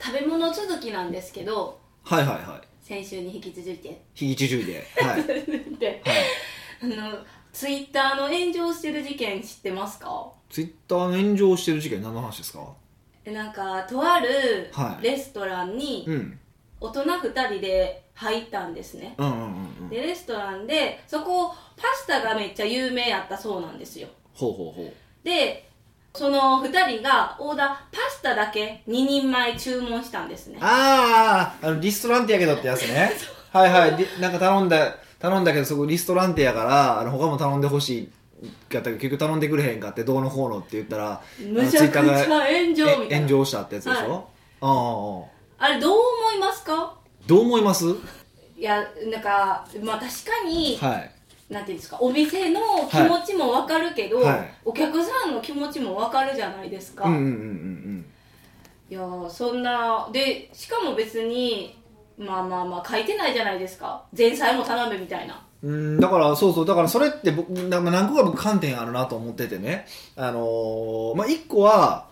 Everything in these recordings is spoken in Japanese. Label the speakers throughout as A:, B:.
A: 食べ物続きなんですけど
B: はいはいは
A: 先週に引き続いて
B: い。日一中 で。はい。はい。
A: であのツイッターの炎上してる事件知ってますか
B: ツイッターの炎上してる事件何の話ですか
A: なんかとある
B: はい
A: レストランに
B: うん。
A: 大人2人で入ったんですね
B: うんうんうんうん。
A: でレストランでそこパスタがめっちゃ有名やったそうなんですよ
B: ほうほうほ
A: でその2人がオーダーパスタだけ2人前注文したんですね
B: う。あー、あの、リストランティアけどってやつね。 はいはい。りなんか頼んだ、頼んだけど、そこリストランティアから、あの、他も頼んでほしいかったけど、結局頼んでくれへんかって、どうのこうのって言ったら、
A: むちゃくちゃ
B: あの Twitter
A: 炎上み
B: が
A: た
B: え
A: い
B: 炎
A: な
B: 上したってやつでし
A: はい
B: ょ、ああああ。
A: あれどう思いますか
B: どう思いますはい
A: やなんかまあ確かに、
B: い。
A: なんていうんですかお店の気持ちもわかるけど、
B: はいはい
A: お客さんの気持ちもわかるじゃないですか、
B: うんうんうんうん
A: いやーそんなでしかも別にまあまあまあ書いてないじゃないですか前菜も頼むみたいな
B: うん、だからそうそうだからそれって僕な何個か僕観点あるなと思っててねあのーまあ1個は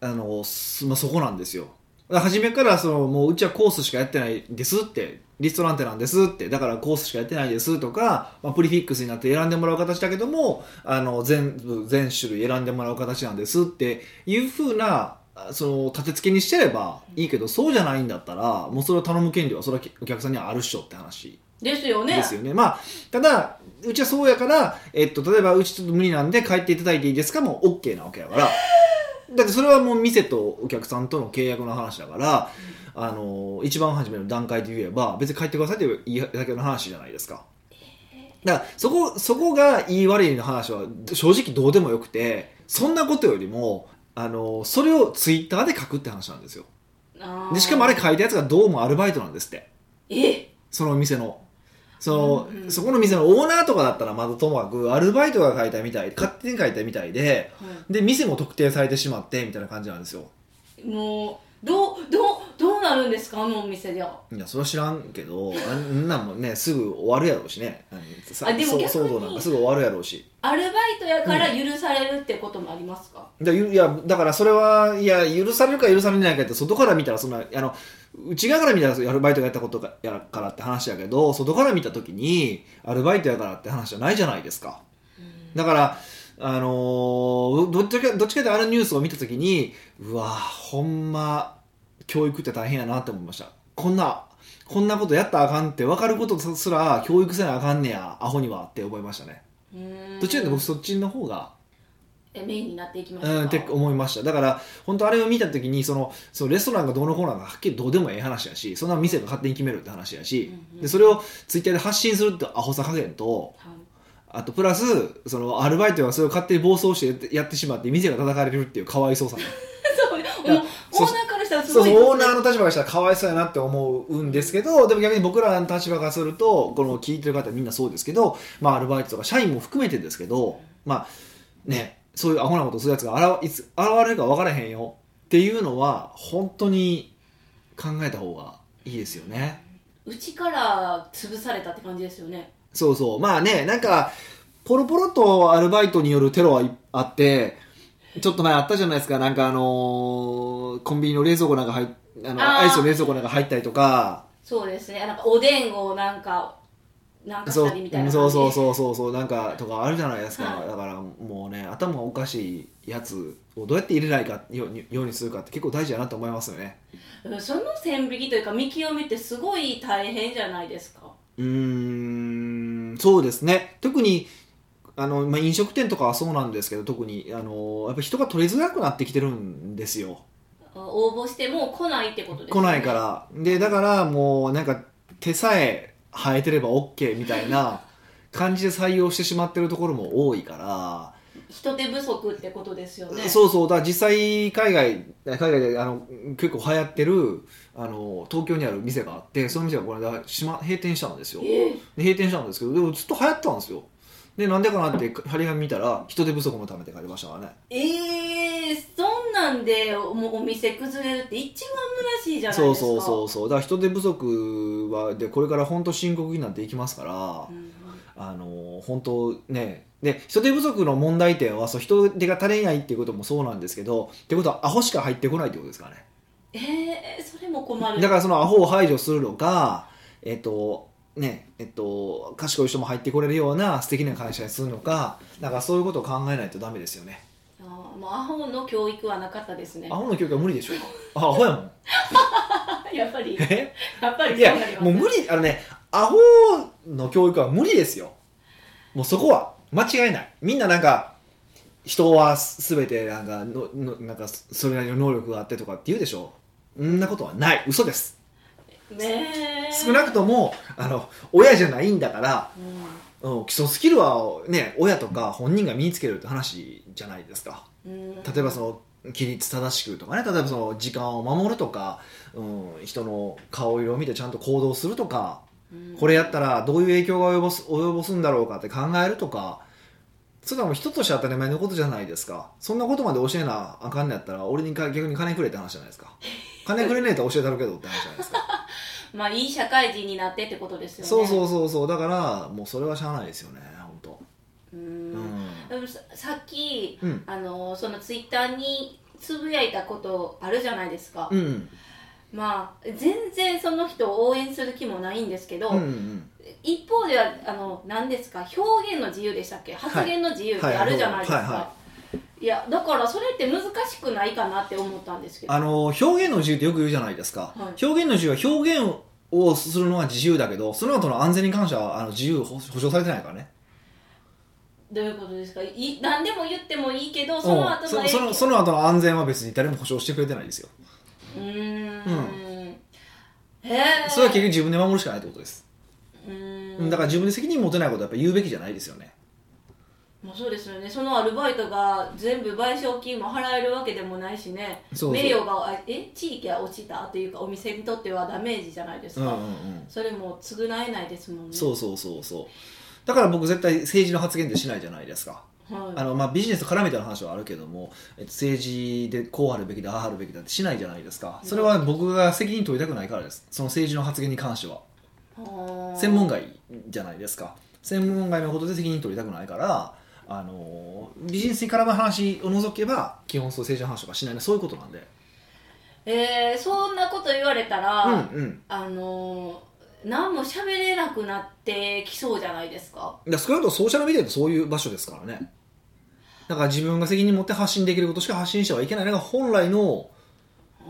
B: あのーすまあ、そこなんですよだから初めからそのもううちはコースしかやってないですってリストランテなんですってだからコースしかやってないですとか、まあ、プリフィックスになって選んでもらう形だけどもあの全部全種類選んでもらう形なんですっていうふうなあその立て付けにしてればいいけどそうじゃないんだったらもうそれを頼む権利はそれはお客さんにはあるっしょって話
A: ですよね
B: ですよね。まあ、ただ、うちはそうやから、えっと、例えば、うちちょっと無理なんで帰っていただいていいですかもう OK なわけだから。だってそれはもう店とお客さんとの契約の話だから、あの、一番初めの段階で言えば、別に帰ってくださいって言うだけの話じゃないですか。だから、そこ、そこが言い悪いの話は正直どうでもよくて、そんなことよりも、あの、それをツイッターで書くって話なんですよ。
A: あー
B: で、しかもあれ書いたやつがどうもアルバイトなんですって。
A: え
B: その店の。その、
A: うんうん
B: そこの店のオーナーとかだったらまだともかく、アルバイトが書いたみたい、勝手に書いたみたいで、で、店も特定されてしまって、みたいな感じなんですよ。
A: はいもうどうどうどうなるんですかあのお店ではい
B: や、それは知らんけど、あんなんもね、すぐ終わるやろうしね。あのさ
A: あでも
B: そう
A: 逆に
B: 騒動なんかすぐ終わるやろうし。
A: アルバイトやから許されるってこともありますか、
B: だゆいやだからそれは、いや、許されるか許されないかって、外から見たら、そんな、あの、内側から見たら、アルバイトがやったことがやからって話やけど、外から見たときに、アルバイトやからって話じゃないじゃないですか。だから、あのーどっちか、どっちかであるニュースを見たときに、うわほんま、教育って大変やなって思いました。こんな、こんなことやったらあかんって分かることすら教育せなあかんねや、アホにはって思いましたね。
A: うーん
B: どっちかで僕そっちの方が
A: えメインになっていきまし
B: う
A: た
B: ん、っ
A: か
B: て思いましただから本当あれを見た時にそのそのレストランがどうのこうなんかはっきりどうでもええ話やしそんなの店が勝手に決めるって話やし、
A: うんうん
B: でそれをツイッターで発信するってアホさ加減と
A: はい
B: あとプラスそのアルバイトがそれを勝手に暴走してやってやってしまって店が叩かれるっていうかわいそうさ
A: そうね
B: いや
A: もうオ
B: そう
A: ーナーからしたらす
B: そ
A: ご
B: う
A: い
B: そうオーナーの立場からしたらかわいそうやなって思うんですけどでも逆に僕らの立場からするとこの聞いてる方みんなそうですけど、まあ、アルバイトとか社員も含めてですけどまあね、そういうアホなことするやつが現いつ現れるか分からへんよっていうのは本当に考えた方がいいですよね。
A: うちから潰されたって感じですよね
B: そうそうまあねなんかポロポロとアルバイトによるテロはいあってちょっと前あったじゃないですかなんかあのーコンビニの冷蔵庫なんか入っあの
A: あー
B: アイスの冷蔵庫なんか入ったりとか
A: そうですねなんかおでんをなんかなんかし
B: そう
A: たりみたいな
B: そうそう
A: う
B: そうそうそうなんかとかあるじゃないですか、
A: はい
B: だからもうね頭がおかしいやつをどうやって入れないかよようにするかって結構大事だなと思いますよね
A: その線引きというか見極めってすごい大変じゃないですか
B: うーんそうですね特にあの、まあ、飲食店とかはそうなんですけど特にあのやっぱ人が取りづらくなってきてるんですよ
A: 応募しても来ないってことです
B: 来ないからでだからもうなんか手さえ生えてれば OK みたいな感じで採用してしまってるところも多いから
A: 人手不足ってことですよね
B: そうそうだから実際海外海外であの結構流行ってるあの東京にある店があってその店がこの間閉ま閉店したんですよ
A: ええ
B: で閉店したんですけどでもずっと流行ったんですよでなんでかなって張り紙見たら人手不足のためって書いてましたからね
A: ええそんなんでもうお店崩れるって一番虚しいじゃない
B: そ
A: で
B: う
A: すか
B: そうそううそうだから人手不足はでこれから本当深刻になっていきますから、
A: ん
B: あの本当ねで人手不足の問題点はそう人手が足りないっていうこともそうなんですけどってことはアホしか入ってこないってことですからね
A: えー、それも困る
B: だからそのアホを排除するのかえっ、とねえっと、賢い人も入ってこれるような素敵な会社にするのかなんかそういうことを考えないとダメですよね
A: あーもうアホの教育はなかったですね
B: アホの教育は無理でしょあアホやもん
A: やっぱり
B: え
A: やっぱり
B: い
A: そうなり
B: や
A: ます
B: もう無理あのねアホの教育は無理ですよもうそこは間違いないみんななんか人はす全てなんかののなんかそれなりの能力があってとかって言うでしょそんなことはない嘘です
A: ねえ
B: 少なくともあの親じゃないんだから、
A: う
B: うん、基礎スキルはね親とか本人が身につけるって話じゃないですか
A: ん、
B: 例えばその規律正しくとかね例えばその時間を守るとか、うん、人の顔色を見てちゃんと行動するとか
A: うん
B: これやったらどういう影響が及ぼす及ぼすんだろうかって考えるとかそれはもう人として当たり前のことじゃないですかそんなことまで教えなあかんのやったら俺にか逆に金くれって話じゃないですか金くれねえと教えたるけどって話じゃないです か
A: まあいい社会人になってってことですよね
B: そうそううそうそうだからもうそれはしゃあないですよね本当
A: う
B: うんん
A: でもささっき
B: うん
A: あのそのツイッターにつぶやいたことあるじゃないですか、
B: うん
A: まあ全然その人を応援する気もないんですけど、
B: うんうん
A: 一方ではあの何ですか表現の自由でしたっけ発言の自由って
B: はい
A: あるじゃないですか、
B: はい
A: い
B: は
A: やだからそれって難しくないかなって思ったんですけど
B: あの表現の自由ってよく言うじゃないですか、
A: はい
B: 表現の自由は表現をするのは自由だけどその後の安全に関してはあの自由保保障されてないからね
A: どういうことですかい何でも言ってもいいけどその
B: うん
A: 後の
B: そ
A: 影
B: そ
A: 響
B: のその後の安全は別に誰も保証してくれてないですよ
A: うーん
B: う
A: へえ
B: それは結局自分で守るしかないってことです、
A: うー
B: うん
A: ん
B: だから自分で責任持てないことはやっぱ言うべきじゃないですよね
A: まあ、そうですよねそのアルバイトが全部賠償金も払えるわけでもないしね
B: そうそう
A: 名誉があえ地域が落ちたというかお店にとってはダメージじゃないです
B: うんうん
A: か、
B: うん
A: それも償えないですもんね
B: そうそうそうそうだから僕絶対政治の発言ってしないじゃないですか
A: はい、
B: あの、まあ、ビジネスと絡めた話はあるけどもえっと政治でこうあるべきだあああるべきだってしないじゃないですかそれは僕が責任取りたくないからですその政治の発言に関しては専門外じゃないですか専門外のことで責任取りたくないからあのービジネスに絡む話を除けば基本そう政治の話とかしないのそういうことなんで
A: えー、そんなこと言われたら、
B: うんうん
A: あのー何も喋れなくなってきそうじゃないですか
B: だから少なくともソーシャルメディアってそういう場所ですからねだから自分が責任持って発信できることしか発信してはいけないのが本来の、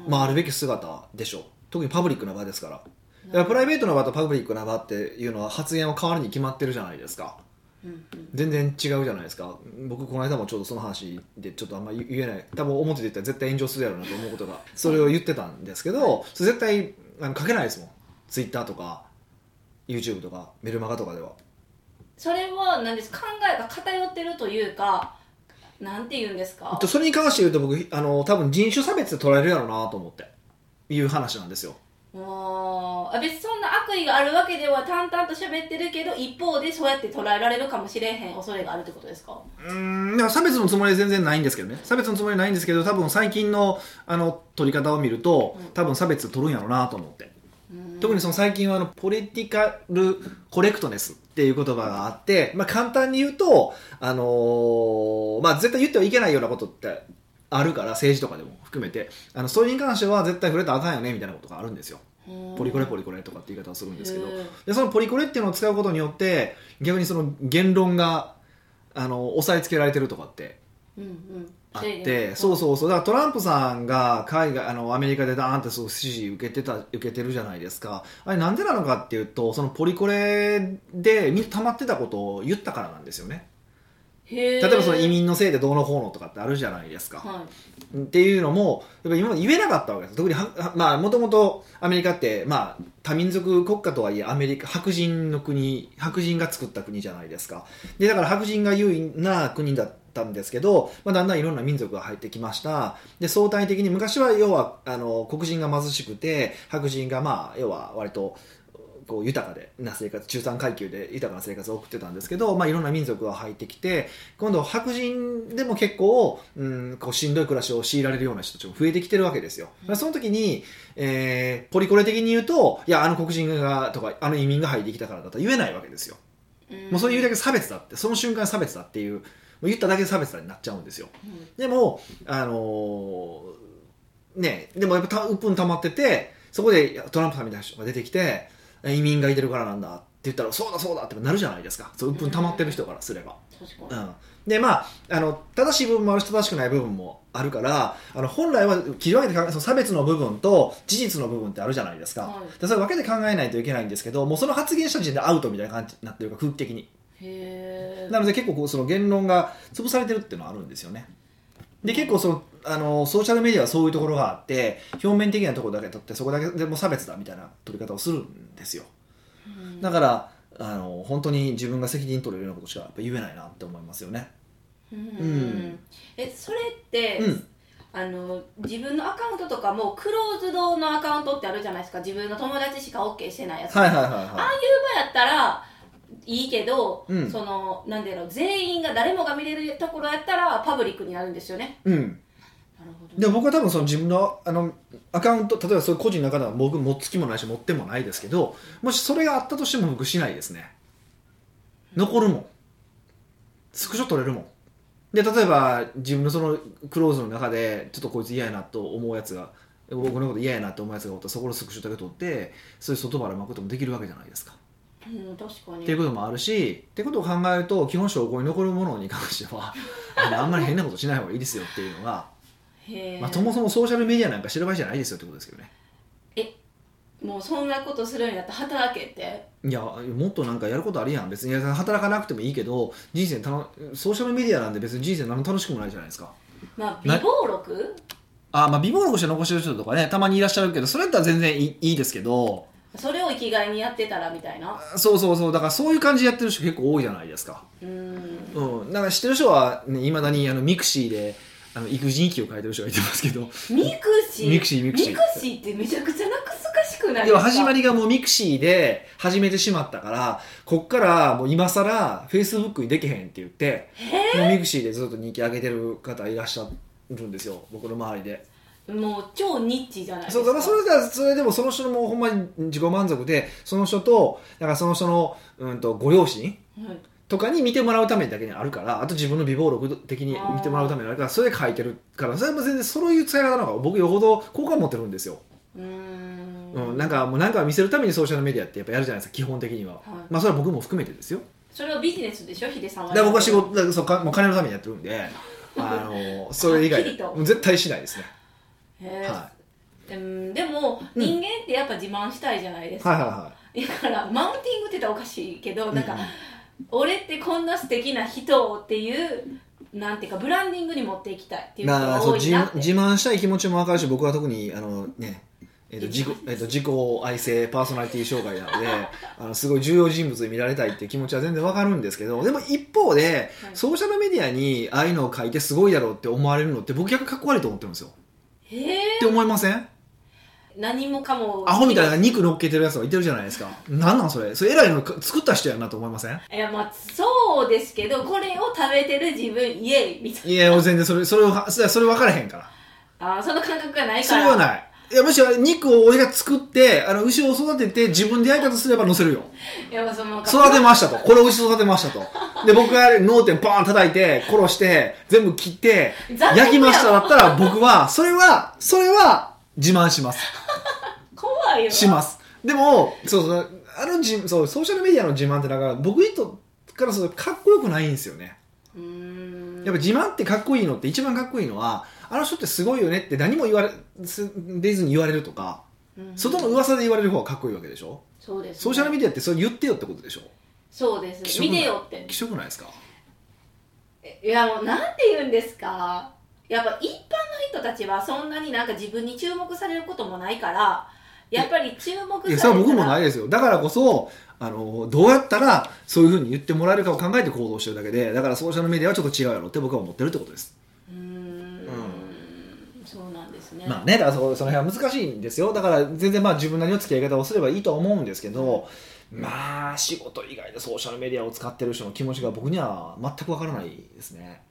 B: まあ、あるべき姿でしょう特にパブリックな場ですからだからプライベートな場とパブリックな場っていうのは発言は変わるに決まってるじゃないですか
A: うんうん
B: 全然違うじゃないですか僕この間もちょうどその話でちょっとあんまり言えない多分表で言ったら絶対炎上するやろうなと思うことがそれを言ってたんですけどそれ絶対あの書けないですもん Twitter とか YouTube とかメルマガとかでは
A: それは何です考えが偏ってるというかなんて言うんですか
B: とそれに関して言うと僕あの多分人種差別で捉えるやろうなと思っていう話なんですよ
A: もうあ別にそんな悪意があるわけでは淡々と喋ってるけど一方でそうやって捉えられるかもしれへん恐れがあるってことですか
B: うーんでも差別のつもりは全然ないんですけどね差別のつもりはないんですけど多分最近のあの取り方を見ると多分差別取るんやろうなと思って
A: うん
B: 特にその最近はあのポリティカルコレクトネスっていう言葉があって、まあ、簡単に言うと、あのーまあ、絶対言ってはいけないようなことってあるから政治とかでも含めてあのそれに関しては絶対触れたらあかんよねみたいなことがあるんですよ
A: うん
B: ポリコレポリコレとかって言い方をするんですけど
A: へー
B: でそのポリコレっていうのを使うことによって逆にその言論があの押さえつけられてるとかって
A: うんうん
B: あってそうそうそうだからトランプさんが海外あのアメリカでダーンってそう支持受けてた受けてるじゃないですかあれなんでなのかっていうとそのポリコレでみ溜まってたことを言ったからなんですよね
A: 例
B: 例えばその移民のせいでどうのこうのとかってあるじゃないですか、
A: は
B: っていうのもやっぱ今まで言えなかったわけです特にははまあもともとアメリカって、まあ、多民族国家とはいえアメリカ白人の国白人が作った国じゃないですかでだから白人が優位な国だったんですけど、まあ、だんだんいろんな民族が入ってきましたで相対的に昔は要はあの黒人が貧しくて白人がまあ要は割とこう豊かでな生活中産階級で豊かな生活を送ってたんですけど、まあ、いろんな民族が入ってきて今度白人でも結構、うん、こうしんどい暮らしを強いられるような人たちも増えてきてるわけですよ、まあその時に、えーポリコレ的に言うといやあの黒人がとかあの移民が入ってきたからだとは言えないわけですよ
A: い
B: もうそれ言うだ
A: け
B: け差別だってその瞬間差別だっていうもう言っただけで差別だになっちゃうんですよ
A: うん
B: でも、あのーね、でもやっぱた鬱憤溜まっててそこでいやトランプさんみたいな人が出てきて移民がいてるからなんだって言ったらそうだそうだってなるじゃないですかそう鬱憤溜まってる人からすれば。
A: 確
B: う
A: か
B: ん、でまああの正しい部分もあるし正しくない部分もあるからあの本来は切り分けて考えその差別の部分と事実の部分ってあるじゃないですか、
A: は
B: でそれ分けて考えないといけないんですけどもうその発言した時点でアウトみたいな感じになってるから空気的に
A: にへえ
B: なので結構こうその言論が潰されてるっていうのはあるんですよねで結構そのあのソーシャルメディアはそういうところがあって表面的なところだけ取ってそこだけでも差別だみたいな取り方をするんですよだからあの本当に自分が責任取れるようなことしかやっぱ言えないなって思いますよね
A: うん
B: ん
A: えそれって、
B: うん
A: あの自分のアカウントとかもクローズドのアカウントってあるじゃないですか自分の友達しか OK してないやつ、
B: はいはいはい
A: ああ
B: は
A: いう場やったらいいけど、
B: うん
A: そのなんだろう全員が誰もが見れるところやったらパブリックになるんですよね
B: いうん
A: なるほど
B: でも僕は多分その自分のあのアカウント例えばそういう個人の中では僕持つ気もないし持ってもないですけどもしそれがあったとしても僕しないですね残るもんスクショ取れるもんで例えば自分のそのクローズの中でちょっとこいつ嫌やなと思うやつが僕のこと嫌やなと思うやつがおったらそこのスクショだけ取ってそれ外腹巻くこともできるわけじゃないですか
A: うん、確か
B: っ
A: に
B: ていうこともあるしってことを考えると基本証拠に残るものに関しては あのあんまり変なことしない方がいいですよっていうのが
A: へえ、
B: まあ、そもそもソーシャルメディアなんか知る場合じゃないですよってことですけどね
A: もうそんなことするんやったら働けって
B: いやもっとなんかやることあるやん別にいや働かなくてもいいけど人生たのソーシャルメディアなんで別に人生何も楽しくもないじゃないですか
A: まあ
B: な
A: 美貌録
B: あまあ美貌録して残してる人とかねたまにいらっしゃるけどそれだったら全然いいいいですけど
A: それを生きがいにやってたらみたいな
B: そうそうそうだからそういう感じでやってる人結構多いじゃないですか
A: うん
B: うんだから知ってる人はいま、未だにあのミクシーであの育児日記を書いてる人がいてますけど
A: ミクシー
B: ミクシーミクシー
A: ってめちゃくちゃ難しく ない
B: でも始ま
A: り
B: りがもうミクシーで始めてしまったからこっからもう今更フェイスブックにできへんって言ってもうミクシーでずっと人気上げてる方いらっしゃるんですよ僕の周りで
A: もう超ニッチじゃないです
B: そ
A: か
B: うだからそれだそれでもその人もほんまに自己満足でその人とだからその人の、うん、とご両親
A: はい
B: とかに見てもらうためだけにあるからあと自分の美貌録的に見てもらうためにあるからそれで書いてるからそれも全然そういう使い方の方が僕よほど好感持ってるんですよ
A: うーん
B: うん、なんかもうなんか見せるためにソーシャルメディアってやっぱやるじゃないですか基本的には、
A: はい
B: まあそれは僕も含めてですよ
A: それをビジネスでしょヒデさん
B: だ
A: は
B: から僕は仕事だからそうかもう金のためにやってるんであのそれ以外
A: はっきりと
B: もう絶対しないですね、
A: へー
B: は
A: うんでも
B: うん
A: 人間ってやっぱ自慢したいじゃないです
B: い、はい
A: か、
B: はいは
A: だからマウンティングって言ったらおかしいけど
B: い
A: なんか、
B: う
A: 俺ってこんな素敵な人っていうなんていうかブランディングに持っていきたいっていう人
B: まあ
A: が
B: そう
A: 多い
B: 自
A: なって
B: 自慢したい気持ちも分かるし僕は特にあのねえっと
A: 自
B: 自
A: 慢
B: 己えっと自己愛性パーソナリティ障害なのであのすごい重要人物に見られたいって気持ちは全然分かるんですけどでも一方で、
A: はい
B: ソーシャルメディアにああいうのを書いてすごいだろうって思われるのって僕逆にかっこ悪いと思ってるんですよ
A: へえ
B: って思いません
A: 何もかも
B: アホみたいな肉乗っけてるやつがいてるじゃないですか。なんなんそれ。それ偉いのか作った人やなと思いません
A: いやまあそうですけどこれを食べてる自分イエイみたい
B: いや、全然それ、それを、それそれ分からへんから。
A: なあーその感覚がない
B: そ
A: か
B: れ
A: ら
B: はない。いや、むしろ肉を俺が作って、あの、牛を育てて自分で焼いたとすれば乗せるよ。
A: いやその
B: 育てましたと。これ牛育てましたと。で、僕が脳天バーン叩いて、殺して、全部切って、
A: 残酷や
B: 焼きましただったら僕は、それは、それは自慢します。
A: 怖いよ
B: しますでもそうそうあのじそうソーシャルメディアの自慢ってなんか僕にとからするとかっこよくないんですよね
A: うーん
B: やっぱ自慢ってかっこいいのって一番かっこいいのはあの人ってすごいよねって何も言われす出ずに言われるとか
A: うん
B: 外の噂で言われる方がかっこいいわけでしょ
A: そうです、
B: ソーシャルメ
A: ディ
B: ディアってそれ言ってよってことでしょ
A: そうです見てよって
B: 気色ないですか
A: いやもうなんて言うんですかやっぱ一般の人たちはそんなになんか自分に注目されることもないからやっぱり注目さ
B: い
A: れ
B: や
A: た
B: それは僕もないいですよだからこそあのどうやったらそういうふうに言ってもらえるかを考えて行動してるだけでだからソーシャルメディアはちょっと違うやろって僕は思ってるってことです
A: うーんそうなんですね、
B: まあね、だからそこその辺は難しいんですよ。だから全然まあ自分なりの付き合い方をすればいいとは思うんですけど、まあ仕事以外でソーシャルメディアを使ってる人の気持ちが僕には全くわからないですね。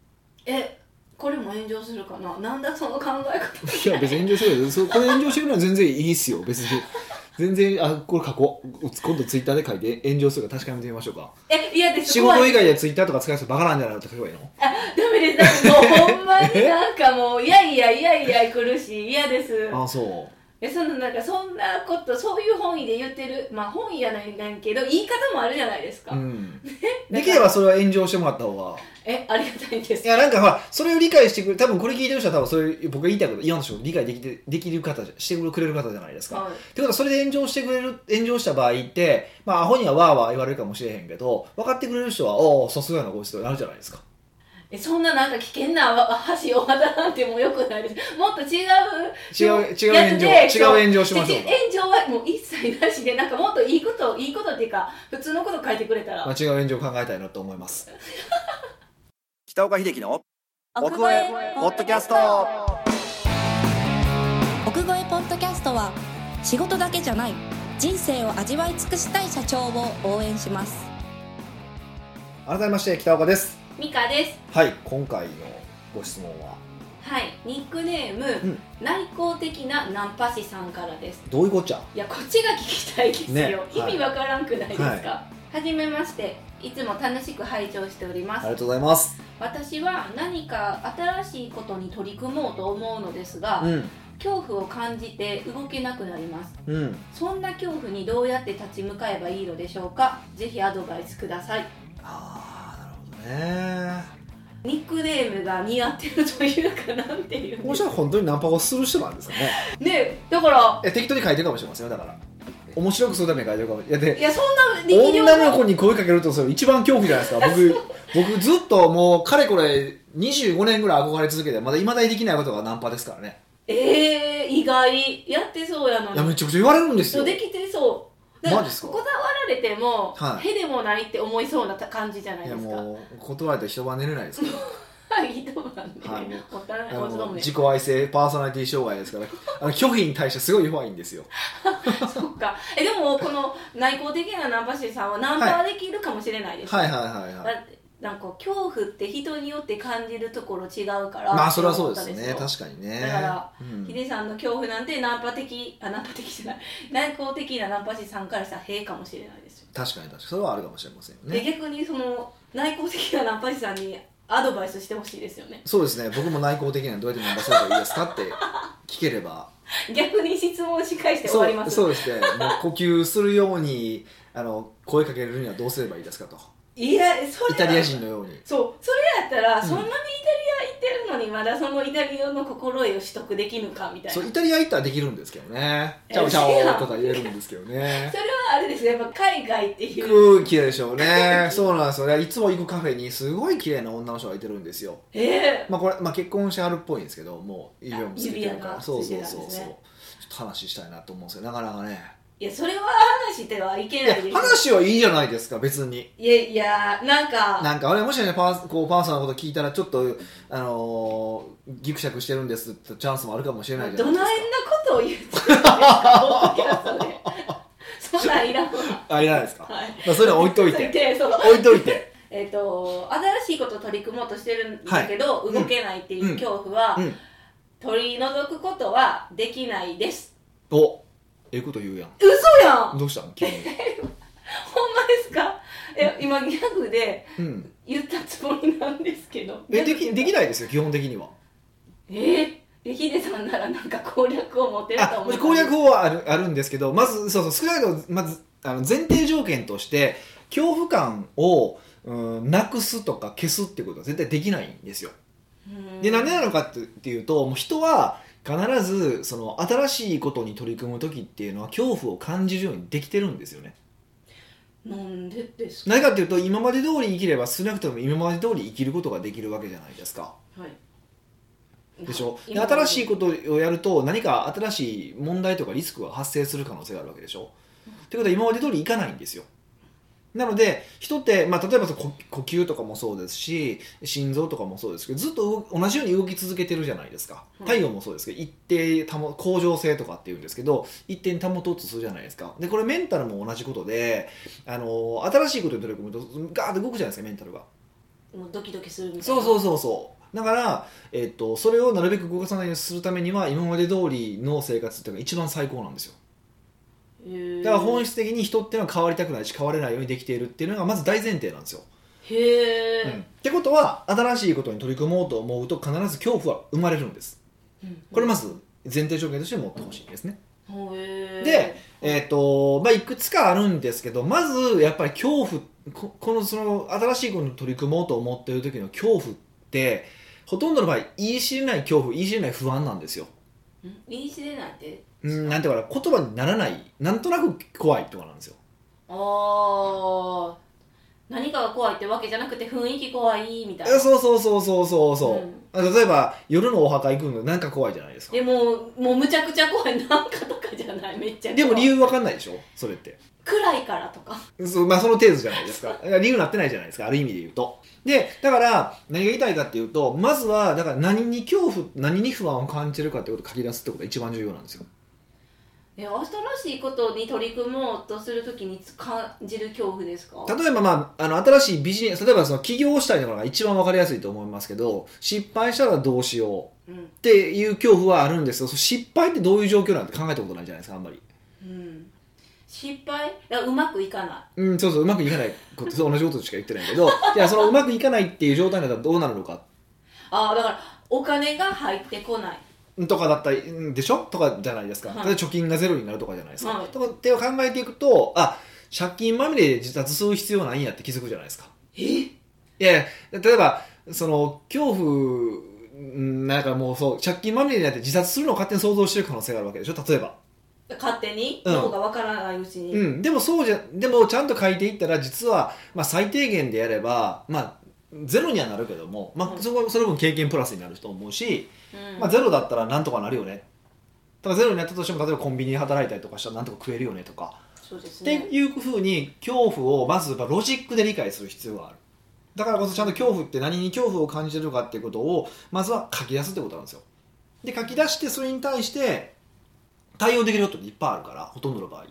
A: えこれも炎上するかななんだその考え方
B: いや別に炎上してるよ。そうこれ炎上してるのは全然いいっすよ、別に。 全然あこれ書こう今度ツイッターで書いて炎上するから確かめてみましょうか
A: えいやです
B: 仕事
A: 怖い
B: 以外でツイッターとか使う人バカなんじゃないのって書けばいいの
A: ダメですだってもうほんまになんかもういやいやいやいや来るし嫌です
B: ああそう
A: えそのなんかそんなことそういう本意で言ってるまあ本意やないなんけど言い方もあるじゃないですか、
B: うん、できればそれは炎上してもらった方が
A: えありがたいんです
B: いやなんかほらそれを理解してくれ多分これ聞いてる人は多分それ僕が言いたいこと今の人を理解できてできる方じゃしてくれる方じゃないですか、
A: は
B: ってことはそれで炎上してくれる炎上した場合ってまあアホにはわーわー言われるかもしれへんけど分かってくれる人はおおさすがやなこいつとなるじゃないですか
A: いえそんななんか危険なわ橋を渡らんてもよくないですもっと違う
B: 違う違う
A: や
B: 炎
A: つ
B: 上
A: で
B: 違う
A: そう
B: 炎上しましょうか
A: 炎上はもう一切なしでなんかもっといいこといいことっていうか普通のこと書いてくれたら
B: まあ、違う炎上を考えたいなと思います北岡秀樹の奥越えポッドキャスト
C: 奥越えポッドキャストは仕事だけじゃない人生を味わい尽くしたい社長を応援します
B: 改めまして北岡です
A: ミカです
B: はい今回のご質問は
A: はいニックネーム、
B: ん
A: 内向的なナンパ師さんからです
B: どういうこっちゃ
A: いやこっちが聞きたいですよ、
B: ね
A: 意
B: はい
A: 味わからんくないですか、はじめましていつも楽しく拝聴しておりま
B: あ
A: す
B: りがとうございます
A: 私は何か新しいことに取り組もうと思うのですが、
B: うん
A: 恐怖を感じて動けなくなります
B: うん
A: そんな恐怖にどうやって立ち向かえばいいのでしょうかぜひアドバイスください
B: ああなるほ
A: ニックネームが似合ってるというかなんてい
B: ど
A: う
B: ねも
A: んで
B: しかしたら本当にナンパをする人なんですかね
A: ねだから
B: え適当に書いてるかもしれませんよだから面白くするために書いてるかもいや
A: い
B: で
A: やそんな力量
B: 女の
A: が
B: 子に声かけるとそれ一番恐怖じゃないですか僕僕ずっともうかれこれ25年ぐらい憧れ続けてまだいまだにできないことがナンパですからね
A: ええ意外やってそうやの
B: いや
A: に
B: めちゃくちゃ言われるんです
A: そう
B: よ
A: できてそうだ
B: マ
A: か
B: ジ
A: ら
B: ですか
A: こだわられても、
B: はい
A: へでもないって思いそうな感じじゃない
B: いや
A: ですか
B: もう断られて一晩寝れな いですから
A: はい一晩で、
B: はい
A: おたら
B: あの
A: そうね
B: 自己愛性パーソナリティ障害ですからあの拒否に対してすごい弱いんですよ
A: そっかえでもこの内向的なナンパ師さんはナンパできるかもしれないです、
B: はいはいはいはい
A: だってなんか恐怖って人によって感じるところ違うから
B: まあそれはそうですよね
A: か
B: 確かにね
A: だから
B: うん
A: ヒデさんの恐怖なんてナンパ的あナンパ的じゃない内向的なナンパ師さんからしたらへえかもしれないですよ、
B: 確かに確かにそれはあるかもしれませんよ
A: で
B: ね
A: 逆にその内向的なナンパ師さんにアドバイスしてほしいですよね
B: そうですね僕も内向的にはどうやってナンパすればいいですかって聞けれ ば
A: 逆に質問し返して終わります
B: そうそうですねもう呼吸するようにあの声かけるにはどうすればいいですかと
A: いやそれは
B: イタリア人のように
A: そうそれやったら、
B: ん
A: そんなにイタリア行ってるのにまだそのイタリアの心得を取得できぬかみたいなそ
B: そ
A: うれ
B: イタリア行ったらできるんですけどね「
A: え
B: チャオチャ
A: いや
B: オ」とか言えるんですけどね
A: はあれですねやっぱ海外っていう
B: 空気でしょうねそうなんですよねいつも行くカフェにすごい綺麗な女の人がいてるんですよ
A: ええ
B: まあこれ、まあ、結婚してはるっぽいんですけどもう指輪もつけてる
A: 指
B: か
A: 輪
B: ら
A: が
B: そう
A: ついて
B: そう
A: たんです
B: そ
A: ね
B: うそうちょっと話したいなと思うんですよなかなかね
A: いやそれは話ではいけ
B: い
A: な
B: や
A: いです
B: 話はいいじゃないですか別に
A: いやいやなんか
B: なんかあれもしねパーこうパンさんのこと聞いたらちょっとあのー、ギクシャクしてるんですってチャンスもあるかもしれないじゃ
A: ど
B: な
A: ないい
B: で
A: な
B: す
A: ことを言ってるんですかいやそれ そんなんいらんわ
B: かあれじゃないですか、
A: はい
B: まあ、そういうの置いと い
A: それ
B: て
A: でそう
B: 置いとい て
A: えっ、と新しいことを取り組もうとしてるんだけど、
B: い
A: 動けないっていう恐怖は、
B: うん
A: 取り除くことはできないです
B: おええこと言うやん
A: 嘘やん
B: どうしたの 急に
A: ほんまですかえ今ギャグで
B: うん
A: 言ったつもりなんですけど
B: えできできないですよ基本的には
A: えー、ヒデさんならなんか攻略を持てると
B: あ
A: 思う
B: 攻略法はあるあるんですけどまずそうそう少なくともまずあの前提条件として恐怖感をうんなくすとか消すってことは絶対できないんですよ。でなんでなのかってっていうともう人は必ずその新しいことに取り組む時っていうのは恐怖を感じるようにできてるんですよね。
A: なんでですか
B: なぜかっていうと今まで通り生きれば少なくとも今まで通り生きることができるわけじゃないですか。
A: はい
B: でしょで
A: 今
B: 新しいことをやると何か新しい問題とかリスクが発生する可能性があるわけでしょってことは今まで通りいかないんですよなので人って、まあ、例えばその呼呼吸とかもそうですし心臓とかもそうですけどずっと動き同じように動き続けてるじゃないですか
A: うん
B: 体温もそうですけど一定保向上性とかっていうんですけど一定に保とうとするじゃないですかでこれメンタルも同じことであの新しいことに取り組むとガーッと動くじゃないですかメンタルが
A: もうドキドキするみたいな
B: そうそううそうそうだから、えっとそれをなるべく動かさないようにするためには今まで通りの生活っていうのが一番最高なんですよ
A: へえ
B: だから本質的に人っていうのは変わりたくないし変われないようにできているっていうのがまず大前提なんですよ、
A: へ
B: うんっ
A: え、
B: てことは新しいことに取り組もうと思うと必ず恐怖は生まれるんです
A: うん
B: これまず前提条件として持ってほしいですね、
A: ほえ
B: でえっ、とまあいくつかあるんですけどまずやっぱり恐怖ここのその新しいことに取り組もうと思っている時の恐怖ってほとんどの場合言い知れない恐怖言い知れない不安なんですよ
A: ん言い知れないって
B: うんなんていうかな言葉にならないなんとなく怖いとかなんですよ
A: ああ何かが怖いってわけじゃなくて雰囲気怖いみたい
B: え
A: な、
B: そうそうそうそうそうそううんあ例えば夜のお墓行くのなんか怖いじゃないですか
A: でももうむちゃくちゃ怖いなんかとかじゃないめっちゃ怖い
B: でも理由わかんないでしょそれって
A: 暗いからとか
B: そうまあ、その程度じゃないです かだから理由になってないじゃないですかある意味で言うとでだから何が言いたいかっていうとまずはだから何に恐怖何に不安を感じるかってことを書き出すってことが一番重要なんですよ
A: え新しいことに取り組もうとするときに感じる恐怖ですか
B: 例えば、まあ、あの新しいビジネス例えばその起業したいのが一番わかりやすいと思いますけど失敗したらどうしよう
A: うん
B: っていう恐怖はあるんですよそう失敗ってどういう状況なんて考えたことないじゃないですかあんまり
A: うん失敗だからうまくいかな
B: うん、そうそう、うまくいかないことと同じことしか言ってないけど、じゃあそのうまくいかないっていう状態だったらどうなるのか
A: いああだからお金が入ってこない
B: とかだったり、うんでしょとかじゃないですか。
A: はい
B: 例えば貯金がゼロになるとかじゃないですか。
A: はい
B: とかって考えていくと、あ、借金まみれで自殺する必要ないんやって気づくじゃないですか。
A: え
B: いやいや、例えば、その、恐怖、うんなんかもうそう、借金まみれになって自殺するのを勝手に想像してる可能性があるわけでしょ例えば。
A: 勝手に
B: うん
A: 脳がわからないうちに、
B: うん、でもそうじゃでもちゃんと書いていったら実は、まあ、最低限でやれば、まあ、ゼロにはなるけども、ま
A: う
B: あ、
A: ん
B: そこそれも経験プラスになると思うし、
A: うん
B: まあ、ゼロだったらなんとかなるよねだからゼロになったとしても例えばコンビニで働いたりとかしたらなんとか食えるよねとか、
A: そうです
B: って
A: ね
B: いうふうに恐怖をまずやっぱロジックで理解する必要があるだからこそちゃんと恐怖って何に恐怖を感じるかっていうことをまずは書き出すってことなんですよで書き出してそれに対して対応できることっていっぱいあるからほとんどの場合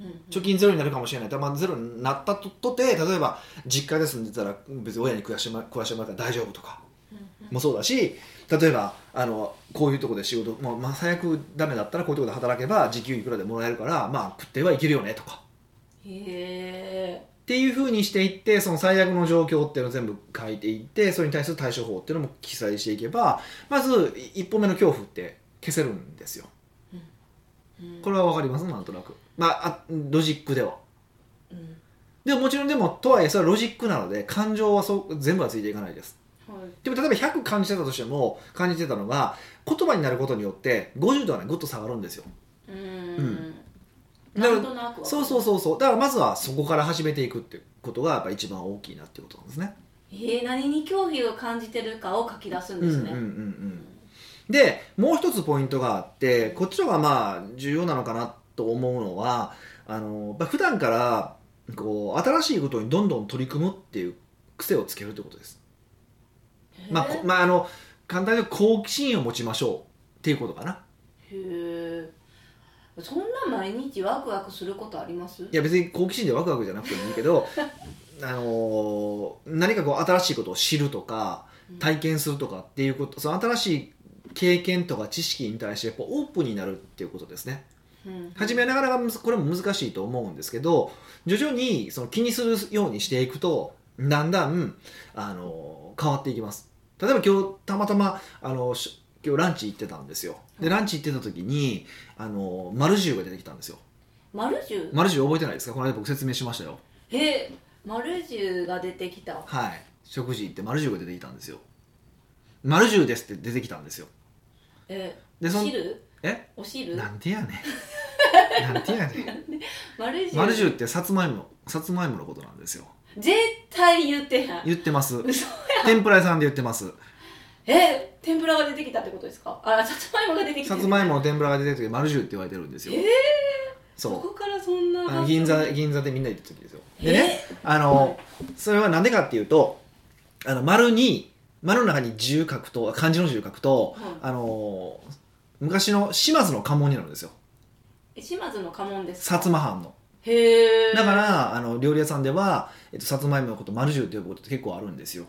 A: うんうん
B: 貯金ゼロになるかもしれない、まあ、ゼロになったととて例えば実家で住んでたら別に親に食わしてもら食わしてもらうから大丈夫とか
A: うん
B: もそうだし例えばあのこういうとこで仕事、まあ、まあ最悪ダメだったらこういうとこで働けば時給いくらでもらえるから、まあ、食ってはいけるよねとか
A: うんへえ
B: っていうふうにしていってその最悪の状況っていうのを全部書いていってそれに対する対処法っていうのも記載していけばまず一歩目の恐怖って消せるんですよ
A: うん
B: これは分かりますなんとなく、まあ、あロジックでは。
A: うん
B: でももちろんでもとはいえそれはロジックなので感情はそう全部はついていかないです
A: はい
B: でも例えば100感じてたとしても感じてたのが言葉になることによって50度はねぐっと下がるんですよ
A: う
B: うん
A: ん
B: だ
A: な
B: から
A: んとなくわかる
B: そうそうそうそうだからまずはそこから始めていくっていうことがやっぱ一番大きいなっていうことなんですね
A: えー、何に恐怖を感じてるかを書き出すんですね、
B: うんうんうんうんでもう一つポイントがあってこっちの方がまあ重要なのかなと思うのはあのやっぱ普段からこう新しいことにどんどん取り組むっていう癖をつけるってことです
A: へー
B: まあ、こまあ、あの簡単に言うと好奇心を持ちましょうっていうことかな
A: へえそんな毎日ワクワクすることあります
B: いや別に好奇心でワクワクじゃなくてもいいけど あのー何かこう新しいことを知るとか
A: うん
B: 体験するとかっていうことその新しい経験とか知識に対してこうオープンになるっていうことですね
A: うん
B: 初めはなかなかむずこれも難しいと思うんですけど徐々にその気にするようにしていくとだんだん、あの変わっていきます例えば今日たまたま、あのし今日ランチ行ってたんですよでランチ行ってた時に、あのマルジュが出てきたんですよ
A: 丸十
B: マルジュ覚えてないですかこの間僕説明しましたよ
A: え丸十が出てきた
B: はい食事行ってマルジュが出てきたんですよマルジュですって出てきたんですよ
A: え
B: でその
A: 汁
B: え
A: お汁
B: なんてやね んなんてやね
A: 丸十
B: んマルジュってさつまいもさつまいものことなんですよ
A: 絶対言ってへん
B: 言ってます
A: 嘘
B: 天ぷら屋さんで言ってます
A: え天ぷらが出てきたってことですかあさつまいもが出てきた
B: さつまいもの天ぷらが出てる時丸十って言われてるんですよ
A: えーそ
B: そ
A: こからそんな
B: うあの銀座銀座でみんな行った時ですよで
A: え
B: ねあのそれはなんでかっていうとあの丸に丸の中に十書くと漢字の十書くと、
A: はい
B: あの昔の島津の家紋になるんですよ
A: え島津の家紋ですか
B: 薩摩藩の
A: へえ
B: だからあの料理屋さんでは、えっと、さつまいものこと丸十って呼ぶことって結構あるんですよ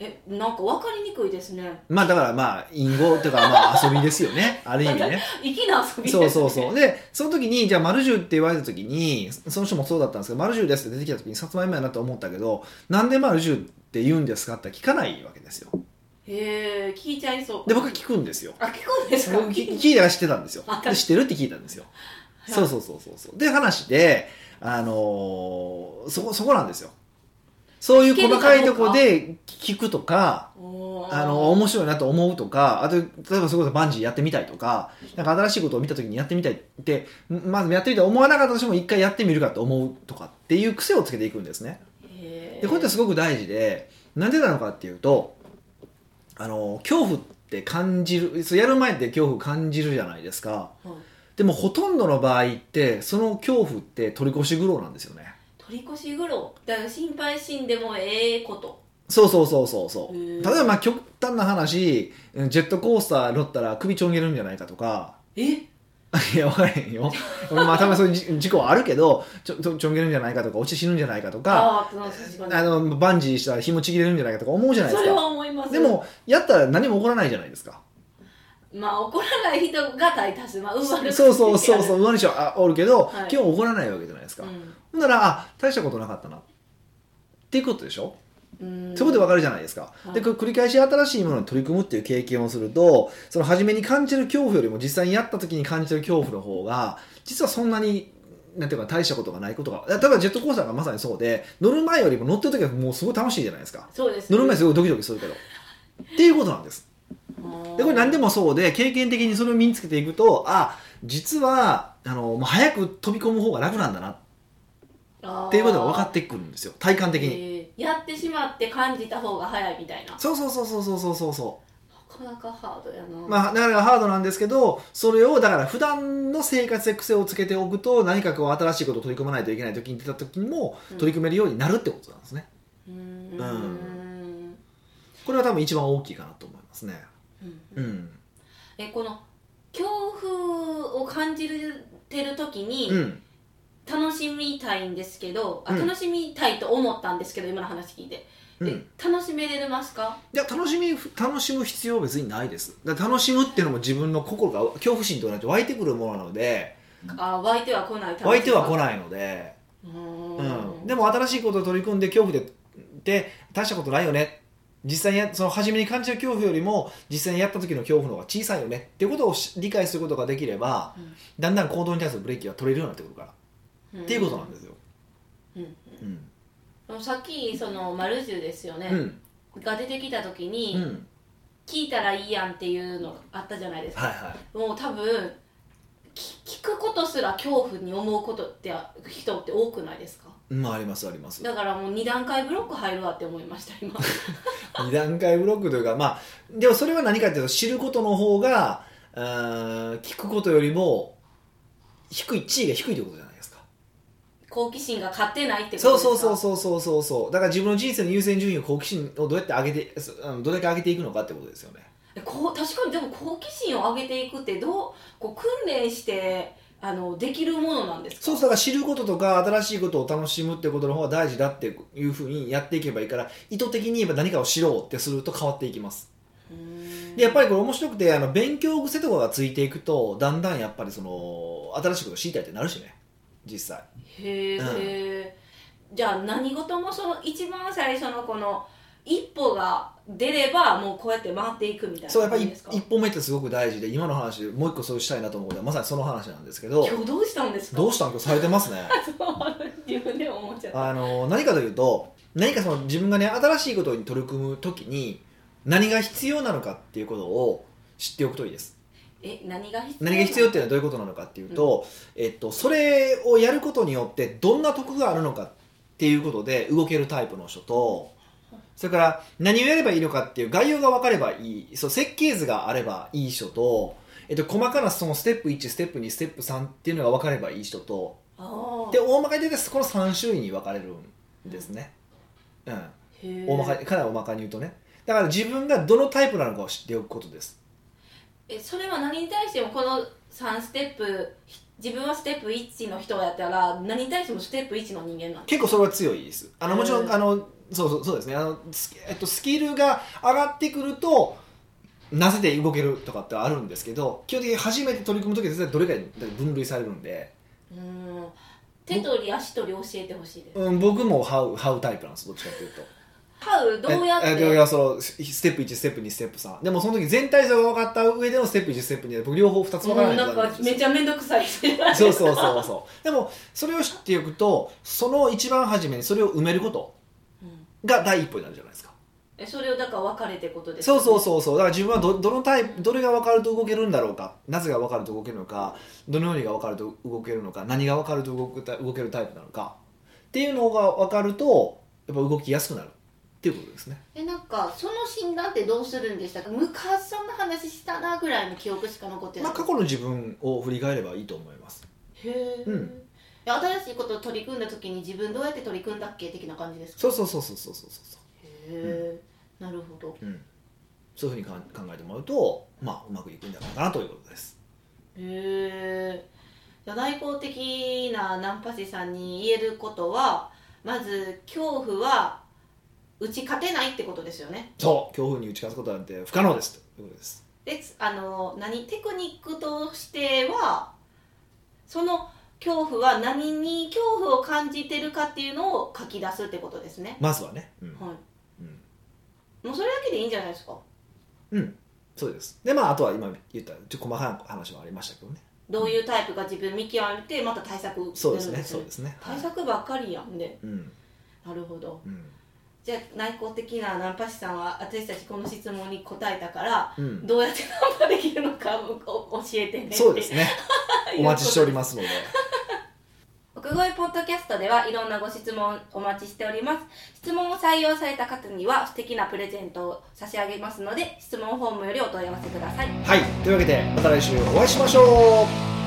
A: えなんか分かりにくいですね
B: まあだからまあ隠語というかまあ遊びですよねある意味ね
A: 粋な遊びです、
B: そ
A: ね、
B: うそうそうでその時にじゃあ「マルジュ」って言われた時にその人もそうだったんですけど「マルジュです」って出てきた時にさつまいもやなと思ったけどなんで「マルジュ」って言うんですかって聞かないわけですよ
A: へえ聞いちゃいそう
B: で僕は聞くんですよ
A: あ聞くんですか
B: 僕聞聞いたら知ってたんですよで知ってるって聞いたんですよそうそうそうそうそうで話であのーそこそこなんですよそういう細かいとこで聞くとか
A: おー
B: あの面白いなと思うとかあと例えばそれこそバンジーやってみたいとかなんか新しいことを見た時にやってみたいってんまずやってみたいと思わなかったとしても一回やってみるかと思うとかっていう癖をつけていくんですね
A: へ
B: でこれってすごく大事でなんでなのかっていうとあの恐怖って感じるそうやる前って恐怖感じるじゃないですか
A: え、はい
B: でもほとんどの場合ってその恐怖って取り越し苦労なんですよね
A: 取り越し苦労だから心配しんでもええこと
B: そうそうそうそうそう
A: へ
B: 例え
A: ー
B: ばまあ極端な話うんジェットコースター乗ったら首ちょんげるんじゃないかとか
A: え
B: いや、わからへん よ。まあ、たまにそういうじ事故はあるけど、ちょ、ちょちょんげるんじゃないかとか、落ちて死ぬんじゃないかとか、
A: ああー確かに
B: あの、バンジーしたら紐ちぎれるんじゃないかとか思うじゃないで
A: そ
B: す
A: れ
B: か。
A: は思います
B: でも、やったら何も起こらないじゃないですか。
A: まあ怒らない人が大多数まあ生まれ
B: そうそうそうそう、上の人はあおるけど、
A: はい
B: 基本起こらないわけじゃないですか。ほんなら、あ、大したことなかったな。っていうことでしょ、
A: うん、うん、
B: そこでわかるじゃないですか。
A: はい
B: で、これ繰り返し新しいものに取り組むっていう経験をすると、その初めに感じる恐怖よりも実際にやった時に感じる恐怖の方が、実はそんなに、なんていうか大したことがないことが、例えばジェットコースターがまさにそうで、乗る前よりも乗ってる時はもうすごい楽しいじゃないですか。
A: そうです
B: 乗る前すごいドキドキするけど。っていうことなんです。で
A: で
B: これ何でもそうで経験的にそれを身につけていくとあ実はあのもう早く飛び込む方が楽なんだなっ
A: って
B: いうことが分かってくるんですよ体感的に、
A: にやってしまって感じた方が早いみたいなな
B: そうそうそうそうそうそうそうそ
A: かなかハードやな、
B: うまあなかなかハードなんですけどそれをだから普段の生活で癖をつけておくと何かこう新しいことを取り組まないといけない時に出た時にも
A: うん
B: 取り組めるようになるってことなんですね、
A: うーん
B: う
A: うん
B: これは多分一番大きいかなと思いますねうん
A: えこの恐怖を感じてる時に、
B: うん
A: 楽しみたいんですけど、あ
B: うん
A: 楽しみたいと思ったんですけど今の話聞いて、
B: う
A: で
B: ん
A: 楽しめれますか
B: いや楽しみ楽しむ必要は別にないですだから楽しむっていうのも自分の心が恐怖心と同じ湧いてくるものなので
A: あ湧いては来ない
B: 湧いては来
A: い
B: ないので、
A: うー
B: うんん、でも新しいことを取り組んで恐怖でで大したことないよね実際にやその初めに感じる恐怖よりも実際にやった時の恐怖の方が小さいよねっていうことをし理解することができれば、
A: うん
B: だんだん行動に対するブレーキが取れるようになってくるから、
A: うん
B: っていうことなんですよ、
A: うん
B: うん
A: でもさっきそのマルジュですよね
B: う、ん
A: が出てきた時に、
B: うん、
A: 聞いたらいいやんっていうのがあったじゃないですか、
B: はいはい
A: もう多分き聞くことすら恐怖に思うことって人って多くないですか
B: まあありますあります
A: だからもう2段階ブロック入るわって思いました 今
B: 二段階ブロックというかまあでもそれは何かっていうと知ることの方がうーん聞くことよりも低い地位が低いということじゃないですか
A: 好奇心が勝てないってこと
B: そ
A: で
B: う
A: すか
B: そうそうそうそうそうそうだから自分の人生の優先順位を好奇心をどうやって上げてそあのどれだけ上げていくのかってことですよね
A: えこう確かにでも好奇心を上げていくってどうこう訓練してあのできるものなんですか
B: そうそうだから知ることとか新しいことを楽しむってことの方が大事だっていうふうにやっていけばいいから意図的に言えば何かを知ろうってすると変わっていきます
A: うーん
B: でやっぱりこれ面白くてあの勉強癖とかがついていくとだんだんやっぱりその新しいことを知りたいってなるしね実際
A: へえ、
B: うん
A: へーじゃあ何事もその一番最初のこの一歩が出ればもうこうやって回っていくみたいな
B: そうやっぱ
A: 感
B: り
A: じ
B: 一
A: ですか
B: 一歩目ってすごく大事で今の話でもう一個そうしたいなと思うことはまさにその話なんですけど
A: 今日どうしたんですか
B: どうしたん今日されてますね
A: 自分でも思っちゃった
B: あの何かというと何かその自分がね新しいことに取り組む時に何が必要なのかっていうことを知っておくといいです
A: え何が必要
B: 何が必要っていうのはどういうことなのかっていうと、えっと、それをやることによってどんな得があるのかっていうことで動けるタイプの人とそれから何をやればいいのかっていう概要が分かればいいそう設計図があればいい人と、えっと、細かなそのステップ1ステップ2ステップ3っていうのが分かればいい人と
A: あ
B: で大まかに出てこの3種類に分かれるんですね、うん、
A: ー
B: 大まか
A: へー
B: にかなり大まかに言うとねだから自分がどのタイプなのかを知っておくことです
A: えそれは何に対してもこの3ステップひ自分はステップ1の人やったら何に対してもステップ1の人間なん
B: 結構それは強いですあのもちろ
A: うんん
B: あのそうそうそうですねあのス,、えっと、スキルが上がってくるとなぜで動けるとかってあるんですけど基本的に初めて取り組む時は絶対どれかに分類されるんで、
A: うん手取り足取り教えてほしいです
B: うん、僕もハウハウタイプなんですどっちかっていうと
A: ハウどうやっ
B: え
A: て
B: えいやそのスステップ1ステップ2ステップ3でもその時全体像が分かった上でのステップ1ステップ2で僕両方2つ分から
A: う
B: なん
A: なん
B: いとダメ
A: か
B: ですよ
A: めちゃめんどくさいですね
B: そうそうそうそうでもそれを知っておくとその一番初めにそれを埋めること
A: うん
B: が第一歩になるじゃないですか
A: えそれをだから分かれてことです
B: そうそう
A: う
B: そうそうだから自分はどどのタイプどれが分かると動けるんだろうかなぜが分かると動けるのかどのようにが分かると動けるのか何が分かると動くた動けるタイプなのかっていうのが分かるとやっぱ動きやすくなるっていうことですね
A: えなんかその診断ってどうするんでしたか昔そんな話したなぐらいの記憶しか残ってな
B: ま
A: い、
B: あ過去の自分を振り返ればいいと思います
A: へえ、
B: うん
A: え新しいことを取り組んだ時に自分どうやって取り組んだっけ的な感じですか
B: そうそうそうそうそうそうそ
A: へえ、なるほど
B: ううんそういうふうにかん考えてもらうとまあうまくいくんじゃないかなということです
A: へえじゃあ内向的なナンパ師さんに言えることはまず恐怖は打ち勝てないってことですよね
B: そう強風に打ち勝つことなんて不可能ですということです
A: でつあの何テクニックとしてはその恐怖は何に恐怖を感じてるかっていうのを書き出すってことですね、
B: まずはね、うん
A: は
B: うん
A: い、もうそれだけでいいんじゃないですか
B: そうですでまああとは今言ったちょっと細かい話もありましたけどね
A: どういうタイプか自分見極めてまた対策
B: そうですね
A: 出
B: そう
A: るん
B: ですね
A: 対策ばっかりやんで
B: うん
A: なるほど
B: うん
A: じゃあ内向的なナンパ師さんは私たちこの質問に答えたから
B: うん
A: どうやってナンパできるのかお教えてねって
B: そうですねお待ちしておりますので
A: 奥越ポッドキャストではいろんなご質問お待ちしております質問を採用された方には素敵なプレゼントを差し上げますので質問フォームよりお問い合わせください
B: はいというわけでまた来週お会いしましょう